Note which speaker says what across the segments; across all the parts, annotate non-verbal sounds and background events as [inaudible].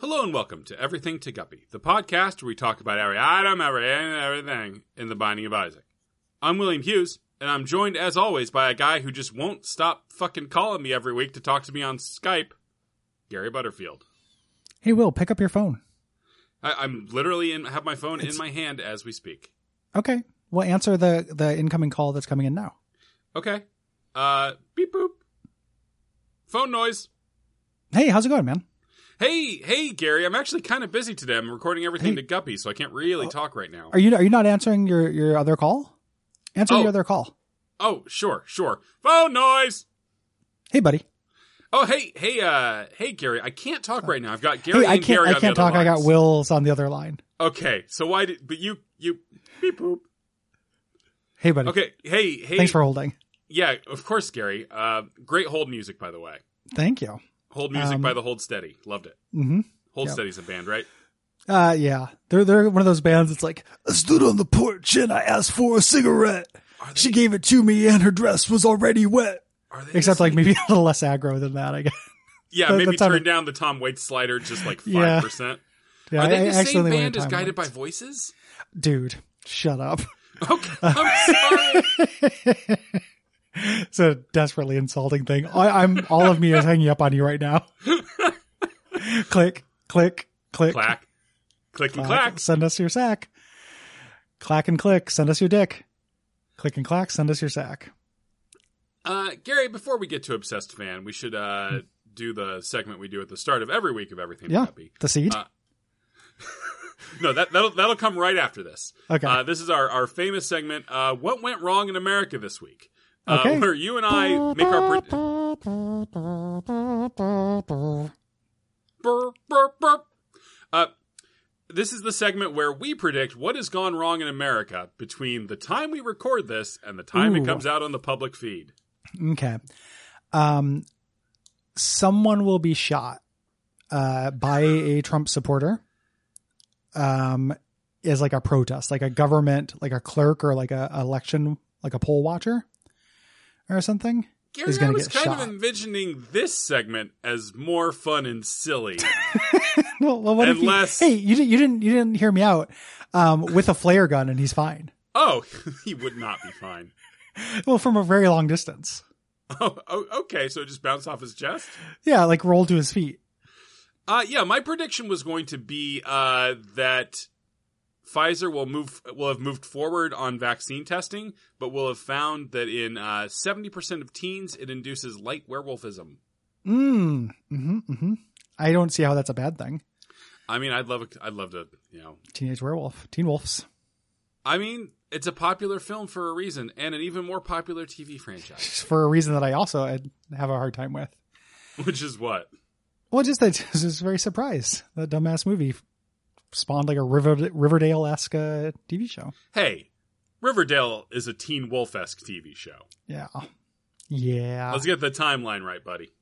Speaker 1: Hello and welcome to Everything to Guppy, the podcast where we talk about every item, every everything in the Binding of Isaac. I'm William Hughes, and I'm joined as always by a guy who just won't stop fucking calling me every week to talk to me on Skype, Gary Butterfield.
Speaker 2: Hey, Will, pick up your phone.
Speaker 1: I, I'm literally in have my phone in my hand as we speak.
Speaker 2: Okay, we'll answer the the incoming call that's coming in now.
Speaker 1: Okay. Uh, beep boop. Phone noise.
Speaker 2: Hey, how's it going, man?
Speaker 1: Hey, hey, Gary. I'm actually kind of busy today. I'm recording everything
Speaker 2: Hey.
Speaker 1: to
Speaker 2: Oh.
Speaker 1: Guppy, so I can't really talk right now.
Speaker 2: Are you are you not answering your your other call? Answer
Speaker 1: Oh.
Speaker 2: your other call.
Speaker 1: Oh, sure, sure. Phone noise.
Speaker 2: Hey, buddy.
Speaker 1: Oh, hey, hey, uh, hey, Gary. I can't talk right now. I've got Gary
Speaker 2: hey, I
Speaker 1: and
Speaker 2: can't
Speaker 1: Gary
Speaker 2: I
Speaker 1: on
Speaker 2: can't
Speaker 1: the other
Speaker 2: talk. I got
Speaker 1: lines.
Speaker 2: Will's on the other line.
Speaker 1: Okay, so why did? But you, you, beep boop.
Speaker 2: Hey, buddy.
Speaker 1: Okay, hey, hey.
Speaker 2: Thanks for holding.
Speaker 1: Yeah, of course, Gary. Uh, great hold music, by the way.
Speaker 2: Thank you.
Speaker 1: Hold music
Speaker 2: Um,
Speaker 1: by the Hold Steady. Loved it.
Speaker 2: hmm
Speaker 1: Hold
Speaker 2: yeah.
Speaker 1: Steady's a band, right?
Speaker 2: Uh, yeah, they're they're one of those bands that's like I stood on the porch and I asked for a cigarette.
Speaker 1: Are they-
Speaker 2: She gave it to me and her dress was already wet.
Speaker 1: Are they
Speaker 2: Except
Speaker 1: just-
Speaker 2: like maybe a little less aggro than that, I guess.
Speaker 1: yeah,
Speaker 2: that-
Speaker 1: maybe
Speaker 2: that's how
Speaker 1: turn
Speaker 2: they-
Speaker 1: down the Tom Waits slider just like five
Speaker 2: Yeah.
Speaker 1: percent.
Speaker 2: Yeah,
Speaker 1: Are
Speaker 2: I-
Speaker 1: they
Speaker 2: I
Speaker 1: the same
Speaker 2: accidentally went
Speaker 1: band
Speaker 2: a
Speaker 1: as
Speaker 2: time
Speaker 1: Guided by
Speaker 2: once.
Speaker 1: Voices? [laughs]
Speaker 2: Dude, shut up.
Speaker 1: Okay, I'm
Speaker 2: [laughs]
Speaker 1: sorry.
Speaker 2: it's a desperately insulting thing. I, I'm all of me is hanging up on you right now. click, click, click,
Speaker 1: Clack, click and
Speaker 2: clack.
Speaker 1: clack.
Speaker 2: Send us your sack. Clack and click. Send us your dick. Click and clack. Send us your sack.
Speaker 1: Uh, Gary, before we get to obsessed fan, we should uh do the segment we do at the start of every week of everything.
Speaker 2: Yeah.
Speaker 1: Happy.
Speaker 2: The seed.
Speaker 1: Uh, No, that that'll that'll come right after this.
Speaker 2: okay.
Speaker 1: Uh, this is our our famous segment. Uh, what went wrong in America this week? Uh,
Speaker 2: Okay.
Speaker 1: Where you and I make our. Pre- uh, Burp, burp, burp. Uh, this is the segment where we predict what has gone wrong in America between the time we record this and the time it
Speaker 2: Ooh.
Speaker 1: comes out on the public feed.
Speaker 2: okay. Um, someone will be shot uh, by a Trump supporter. Um, is like a protest, like a government, like a clerk or like a election, like a poll watcher or something. [laughs]
Speaker 1: Gary,
Speaker 2: He's
Speaker 1: I
Speaker 2: gonna
Speaker 1: was
Speaker 2: get
Speaker 1: kind of
Speaker 2: shot.
Speaker 1: envisioning this segment as more fun and [laughs] silly.
Speaker 2: No, well, what
Speaker 1: Unless-
Speaker 2: if you, hey, you, di- you didn't you didn't hear me out um, with a flare gun and he's fine.
Speaker 1: oh, [laughs] he would not be fine. [laughs]
Speaker 2: Well, from a very long distance.
Speaker 1: Oh, oh, okay. So it just bounced off his chest.
Speaker 2: Yeah, like roll to his feet.
Speaker 1: Uh, yeah, my prediction was going to be uh, that Pfizer will move will have moved forward on vaccine testing, but will have found that in uh, seventy percent of teens it induces light werewolfism.
Speaker 2: Mm. hmm hmm I don't see how that's a bad thing.
Speaker 1: I mean, I'd love a- I'd love to you know.
Speaker 2: Teenage werewolf, teen wolves.
Speaker 1: I mean, it's a popular film for a reason, and an even more popular TV franchise, [laughs]
Speaker 2: for a reason that I also I'd have a hard time with.
Speaker 1: which is what.
Speaker 2: Well, just that [laughs] I was just very surprised that dumbass movie spawned like a River, Riverdale esque TV show.
Speaker 1: Hey, Riverdale is a teen wolf esque TV show.
Speaker 2: Yeah, yeah.
Speaker 1: Let's get the timeline right, buddy.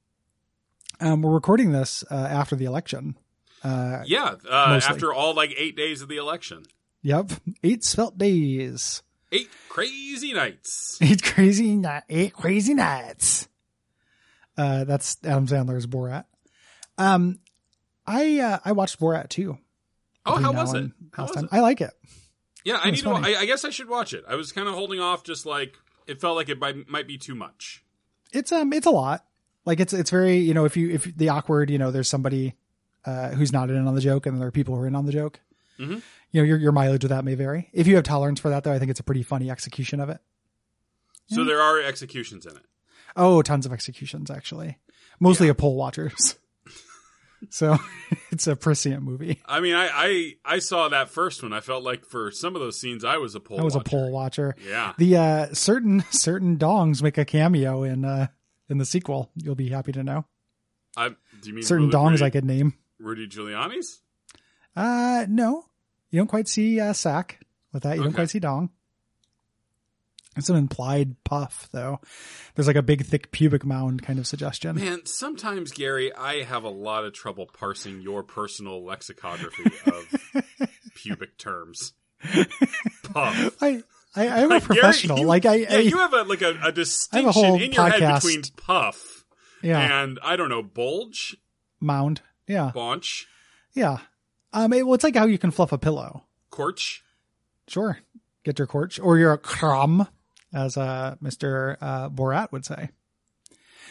Speaker 2: Um, we're recording this uh, after the election. Uh,
Speaker 1: Yeah, uh,
Speaker 2: Mostly.
Speaker 1: after all like eight days of the election,
Speaker 2: yep, eight spelt days, [laughs]
Speaker 1: eight crazy nights.
Speaker 2: eight crazy, ni- eight crazy nights. Uh, that's Adam Sandler's Borat. Um, I uh, I watched Borat too.
Speaker 1: Oh,
Speaker 2: between
Speaker 1: how
Speaker 2: now
Speaker 1: was it?
Speaker 2: and
Speaker 1: How
Speaker 2: last
Speaker 1: was
Speaker 2: time.
Speaker 1: it?
Speaker 2: I like it.
Speaker 1: Yeah, I
Speaker 2: It was
Speaker 1: need to.
Speaker 2: funny.
Speaker 1: I, I guess I should watch it. I was kind of holding off, just like it felt like it might, might be too much.
Speaker 2: it's um it's a lot like it's it's very you know if you if the awkward you know there's somebody uh who's not in on the joke and there are people who are in on the joke
Speaker 1: Mhm.
Speaker 2: you know your, your mileage with that may vary if you have tolerance for that though i think it's a pretty funny execution of it
Speaker 1: So there are executions in it.
Speaker 2: oh tons of executions actually mostly of poll watchers [laughs] so [laughs] it's a prescient movie
Speaker 1: I mean, I, I I saw that first one. I felt like for some of those scenes, I was a poll.
Speaker 2: i was
Speaker 1: watcher.
Speaker 2: a poll watcher
Speaker 1: Yeah.
Speaker 2: the uh certain [laughs] certain dongs make a cameo in uh in the sequel you'll be happy to know
Speaker 1: I, do you mean
Speaker 2: certain
Speaker 1: Rudy,
Speaker 2: dongs
Speaker 1: Rudy,
Speaker 2: i could name
Speaker 1: Rudy Giuliani's?
Speaker 2: Uh, no, you don't quite see uh, sack with that. You don't
Speaker 1: Okay.
Speaker 2: quite see dong. It's an implied puff, though. There's like a big, thick pubic mound kind of suggestion.
Speaker 1: Man, sometimes Gary, I have a lot of trouble parsing your personal lexicography
Speaker 2: [laughs]
Speaker 1: of pubic terms. Puff.
Speaker 2: I,
Speaker 1: [laughs]
Speaker 2: I, I am a
Speaker 1: Like, Gary,
Speaker 2: professional.
Speaker 1: you-
Speaker 2: like I,
Speaker 1: Yeah,
Speaker 2: I-
Speaker 1: you have a like a, a distinction
Speaker 2: whole
Speaker 1: in your head
Speaker 2: podcast.
Speaker 1: between puff
Speaker 2: yeah,
Speaker 1: and I don't know bulge,
Speaker 2: mound. Yeah,
Speaker 1: Bunch.
Speaker 2: Yeah. Um, it, well, it's like how you can fluff a pillow.
Speaker 1: Korch.
Speaker 2: Sure. Get your corch or your crumb, as uh, Mr. Uh, Borat would say.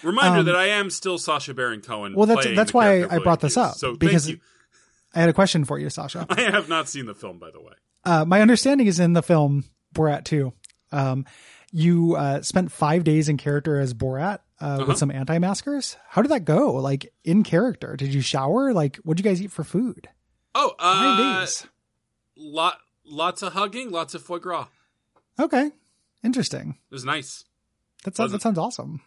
Speaker 1: Reminder
Speaker 2: Um,
Speaker 1: that I am still Sasha Baron Cohen.
Speaker 2: Well, that's-
Speaker 1: playing
Speaker 2: that's
Speaker 1: the
Speaker 2: why
Speaker 1: character
Speaker 2: I
Speaker 1: William
Speaker 2: brought this
Speaker 1: Hughes.
Speaker 2: up,
Speaker 1: So thank
Speaker 2: because-
Speaker 1: you. [laughs]
Speaker 2: I had a question for you, Sasha.
Speaker 1: I have not seen the film, by the way.
Speaker 2: Uh, my understanding is in the film Borat 2, um, you uh, spent five days in character as Borat uh,
Speaker 1: Uh-huh.
Speaker 2: with some anti maskers. How did that go? Like, in character? Did you shower? Like, what'd you guys eat for food?
Speaker 1: Oh,
Speaker 2: Five
Speaker 1: uh,
Speaker 2: days.
Speaker 1: lot, lots of hugging, lots of foie gras.
Speaker 2: Okay. Interesting.
Speaker 1: It was nice.
Speaker 2: That
Speaker 1: Pleasant.
Speaker 2: sounds, that sounds awesome.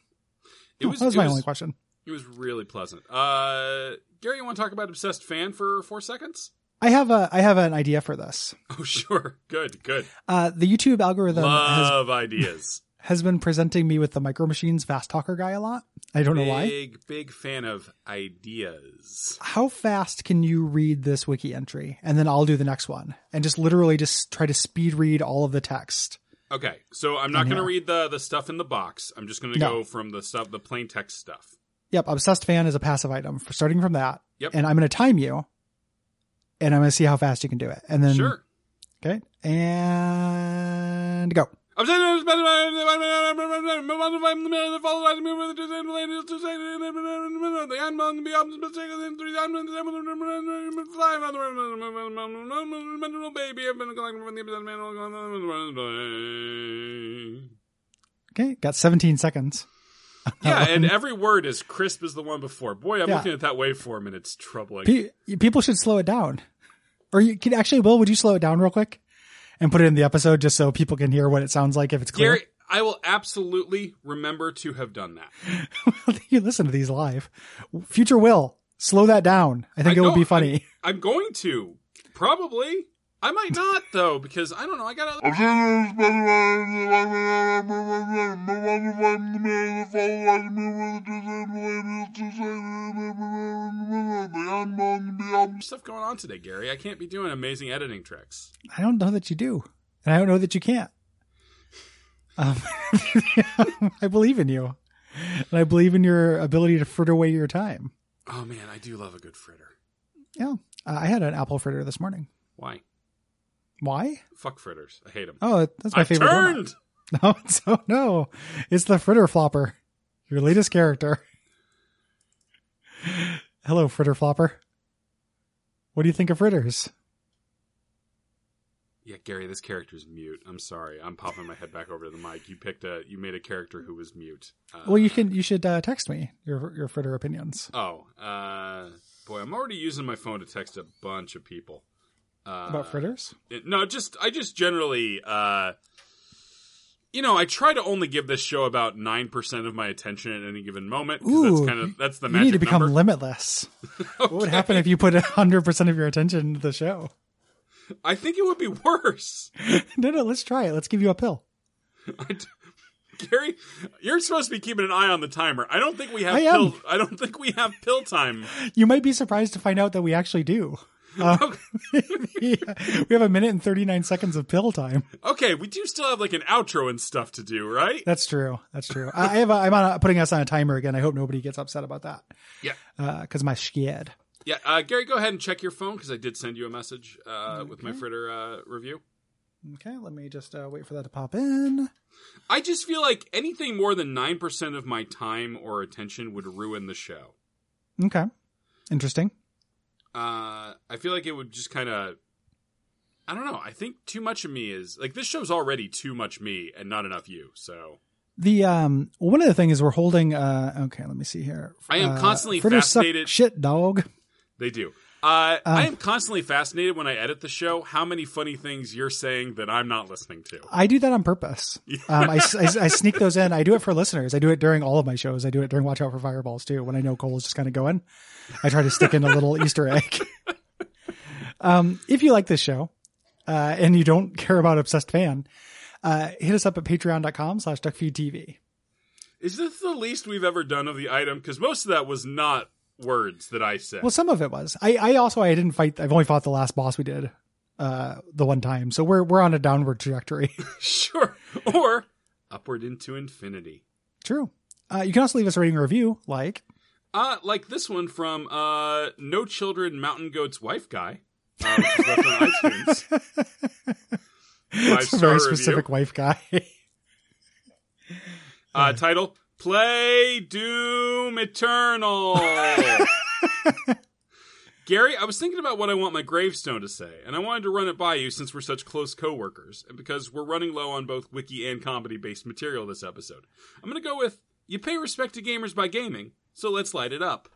Speaker 1: Uh, It was.
Speaker 2: Oh, that was
Speaker 1: it
Speaker 2: my
Speaker 1: was-
Speaker 2: only question.
Speaker 1: It was really pleasant. Uh, Gary, you want to talk about obsessed fan for four seconds? [laughs]
Speaker 2: I have a I have an idea for this.
Speaker 1: Oh, sure. Good. Good.
Speaker 2: Uh, the YouTube algorithm has,
Speaker 1: Love ideas.
Speaker 2: has been presenting me with the Micro Machines Fast Talker guy a lot. [laughs] I don't know why.
Speaker 1: Big, big fan of ideas.
Speaker 2: How fast can you read this wiki entry? And then I'll do the next one and just literally just try to speed read all of the text.
Speaker 1: Okay, so I'm not
Speaker 2: In
Speaker 1: going to
Speaker 2: here.
Speaker 1: read the the stuff in the box. I'm just going to
Speaker 2: No.
Speaker 1: go from the stuff, the plain text stuff.
Speaker 2: Yep, obsessed fan is a passive item for starting from that.
Speaker 1: Yep.
Speaker 2: And I'm going to time you and I'm going to see how fast you can do it. And then
Speaker 1: sure.
Speaker 2: okay. And go. Okay, got 17 seconds.
Speaker 1: Yeah, and every word is crisp as the one before. Boy, I'm
Speaker 2: Yeah.
Speaker 1: looking at that waveform and it's troubling.
Speaker 2: Pe- people should slow it down. Or you can actually, Will, would you slow it down real quick and put it in the episode just so people can hear what it sounds like if it's clear?
Speaker 1: Gary, I will absolutely remember to have done that.
Speaker 2: [laughs] you listen to these live. Future Will, slow that down. I
Speaker 1: I
Speaker 2: think it
Speaker 1: know,
Speaker 2: would be
Speaker 1: I-
Speaker 2: funny.
Speaker 1: I'm going to. Probably. I might not though, because I don't know. I got other stuff going on today, Gary. I can't be doing amazing editing tricks.
Speaker 2: I don't know that you do. And I don't know that you can't. Um, [laughs] I believe in you. And I believe in your ability to fritter away your time.
Speaker 1: Oh man, I do love a good fritter.
Speaker 2: Uh, I had an apple fritter this morning.
Speaker 1: Why?
Speaker 2: Why?
Speaker 1: Fuck fritters. I hate them.
Speaker 2: Oh, that's my
Speaker 1: I
Speaker 2: favorite. donut.
Speaker 1: turned.
Speaker 2: [laughs] No, it's, oh no, it's the Fritter Flopper, your latest character. Hello, Fritter Flopper. What do you think of fritters?
Speaker 1: Yeah, Gary, this character's mute. I'm sorry. I'm popping my head back over to the mic. You picked a. You made a character who was mute. Uh,
Speaker 2: Well, you can you should uh, text me your your fritter opinions.
Speaker 1: Oh, uh, boy, I'm already using my phone to text a bunch of people. Uh,
Speaker 2: About fritters?
Speaker 1: it- no, just I just generally, uh, you know, I try to only give this show about nine percent of my attention at any given moment. 'cause
Speaker 2: Ooh,
Speaker 1: that's kind of that's the
Speaker 2: You
Speaker 1: magic
Speaker 2: need to become
Speaker 1: number. [laughs]
Speaker 2: limitless. What would happen if you put 100% of your attention to the show? [laughs]
Speaker 1: I think it would be [laughs] worse.
Speaker 2: No, no, let's try it. Let's give you a pill.
Speaker 1: I d- Gary, you're supposed to be keeping an eye on the timer. I don't think we have
Speaker 2: I am.
Speaker 1: pill. I don't think we have pill time.
Speaker 2: You might be surprised to find out that we actually do.
Speaker 1: [laughs]
Speaker 2: Uh, [laughs] we have a minute and 39 seconds of pill time.
Speaker 1: Okay, we do still have like an outro and stuff to do, right?
Speaker 2: That's true. That's true. I I have. A, I'm on a, putting us on a timer again. I hope nobody gets upset about that.
Speaker 1: Yeah.
Speaker 2: Because my scared.
Speaker 1: Yeah, uh, Gary, go ahead and check your phone because I did send you a message uh, with my fritter uh, review.
Speaker 2: Okay. Let me just uh, wait for that to pop in.
Speaker 1: I just feel like anything more than nine percent of my time or attention would ruin the show.
Speaker 2: Okay. Interesting.
Speaker 1: Uh, I feel like it would just kind of. I don't know. I think too much of me is like this show's already too much me and not enough you. So
Speaker 2: The um well, one of the things we're holding. Uh, okay. Let me see here.
Speaker 1: I am
Speaker 2: Uh,
Speaker 1: constantly
Speaker 2: fritters suck
Speaker 1: fascinated-
Speaker 2: Shit, dog.
Speaker 1: they do. Uh, I am constantly fascinated when I edit the show how many funny things you're saying that I'm not listening to.
Speaker 2: I do that on purpose. Um, I, s- I s- I sneak those in. I do it for listeners. I do it during all of my shows. I do it during Watch Out for Fireballs too. When I know Cole is just kind of going, I try to stick in a
Speaker 1: [laughs]
Speaker 2: little Easter egg. Um, if you like this show, uh, and you don't [laughs] care about Obsessed Fan, uh, hit us up at patreon.com slash duckfeedtv.
Speaker 1: Is this the least we've ever done of the item? Because most of that was not words that I said.
Speaker 2: Well, some of it was. I, I also, I didn't fight. I've only fought the last boss we did, uh, the one time. So we're, we're on a
Speaker 1: [laughs]
Speaker 2: downward trajectory.
Speaker 1: Sure. Or upward into infinity.
Speaker 2: True. Uh, you can also leave us a rating or review, like [laughs]
Speaker 1: Uh, like this one from uh, No Children, Mountain Goat's Wife Guy. Uh, which is left on iTunes.
Speaker 2: it's a very
Speaker 1: Five-star review.
Speaker 2: specific wife guy. [laughs]
Speaker 1: Uh, title Play Doom Eternal. Gary, I was thinking about what I want my gravestone to say, and I wanted to run it by you since we're such close coworkers, and because we're running low on both wiki and comedy based material this episode. I'm going to go with You pay respect to gamers by gaming, so let's light it up.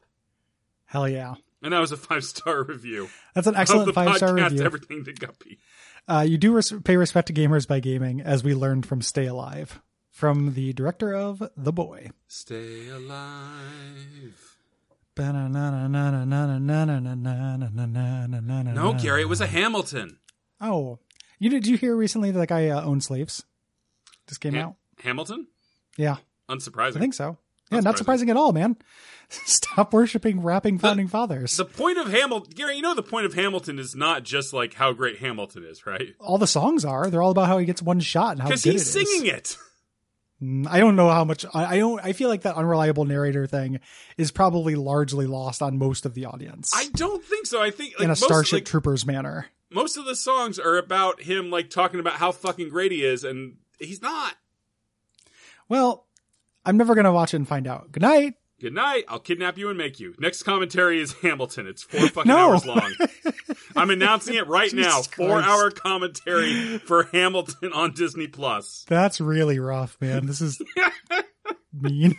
Speaker 2: Hell yeah.
Speaker 1: And that was a five star [laughs] review.
Speaker 2: That's an
Speaker 1: of the
Speaker 2: excellent five star
Speaker 1: podcast,
Speaker 2: review.
Speaker 1: Everything to Guppy.
Speaker 2: Uh, you do res- pay respect to gamers by gaming, as we learned from Stay Alive, from the director of The Boy.
Speaker 1: Stay alive. No,
Speaker 2: No,
Speaker 1: Gary, it was a Hamilton.
Speaker 2: Oh, you did you hear recently that that guy uh, owned slaves? Just came
Speaker 1: Ha-
Speaker 2: out.
Speaker 1: Hamilton?
Speaker 2: Yeah,
Speaker 1: Unsurprising.
Speaker 2: I think so. Yeah,
Speaker 1: Not
Speaker 2: not surprising at all, man. [laughs] Stop worshiping rapping founding fathers.
Speaker 1: The point of Hamilton, Gary, you know the point of Hamilton is not just like how great Hamilton is, right?
Speaker 2: all the songs are. They're all about how he gets one shot and how good
Speaker 1: Because
Speaker 2: it
Speaker 1: he's
Speaker 2: is.
Speaker 1: singing it.
Speaker 2: Mm, I don't know how much I, I don't. I feel like that unreliable narrator thing is probably largely lost on most of the audience
Speaker 1: I don't think so. I think like,
Speaker 2: in a
Speaker 1: most,
Speaker 2: Starship
Speaker 1: like,
Speaker 2: Troopers manner.
Speaker 1: most of the songs are about him like talking about how fucking great he is, and he's not.
Speaker 2: Well, I'm never gonna watch it and find out. Good night.
Speaker 1: Good night. I'll kidnap you and make you. Next commentary is Hamilton. It's
Speaker 2: [laughs]
Speaker 1: four fucking
Speaker 2: No.
Speaker 1: hours long. I'm announcing it right now.
Speaker 2: [laughs] Jesus
Speaker 1: Four hour commentary for Hamilton on Disney Plus.
Speaker 2: That's
Speaker 1: [laughs]
Speaker 2: really rough, man. This is mean.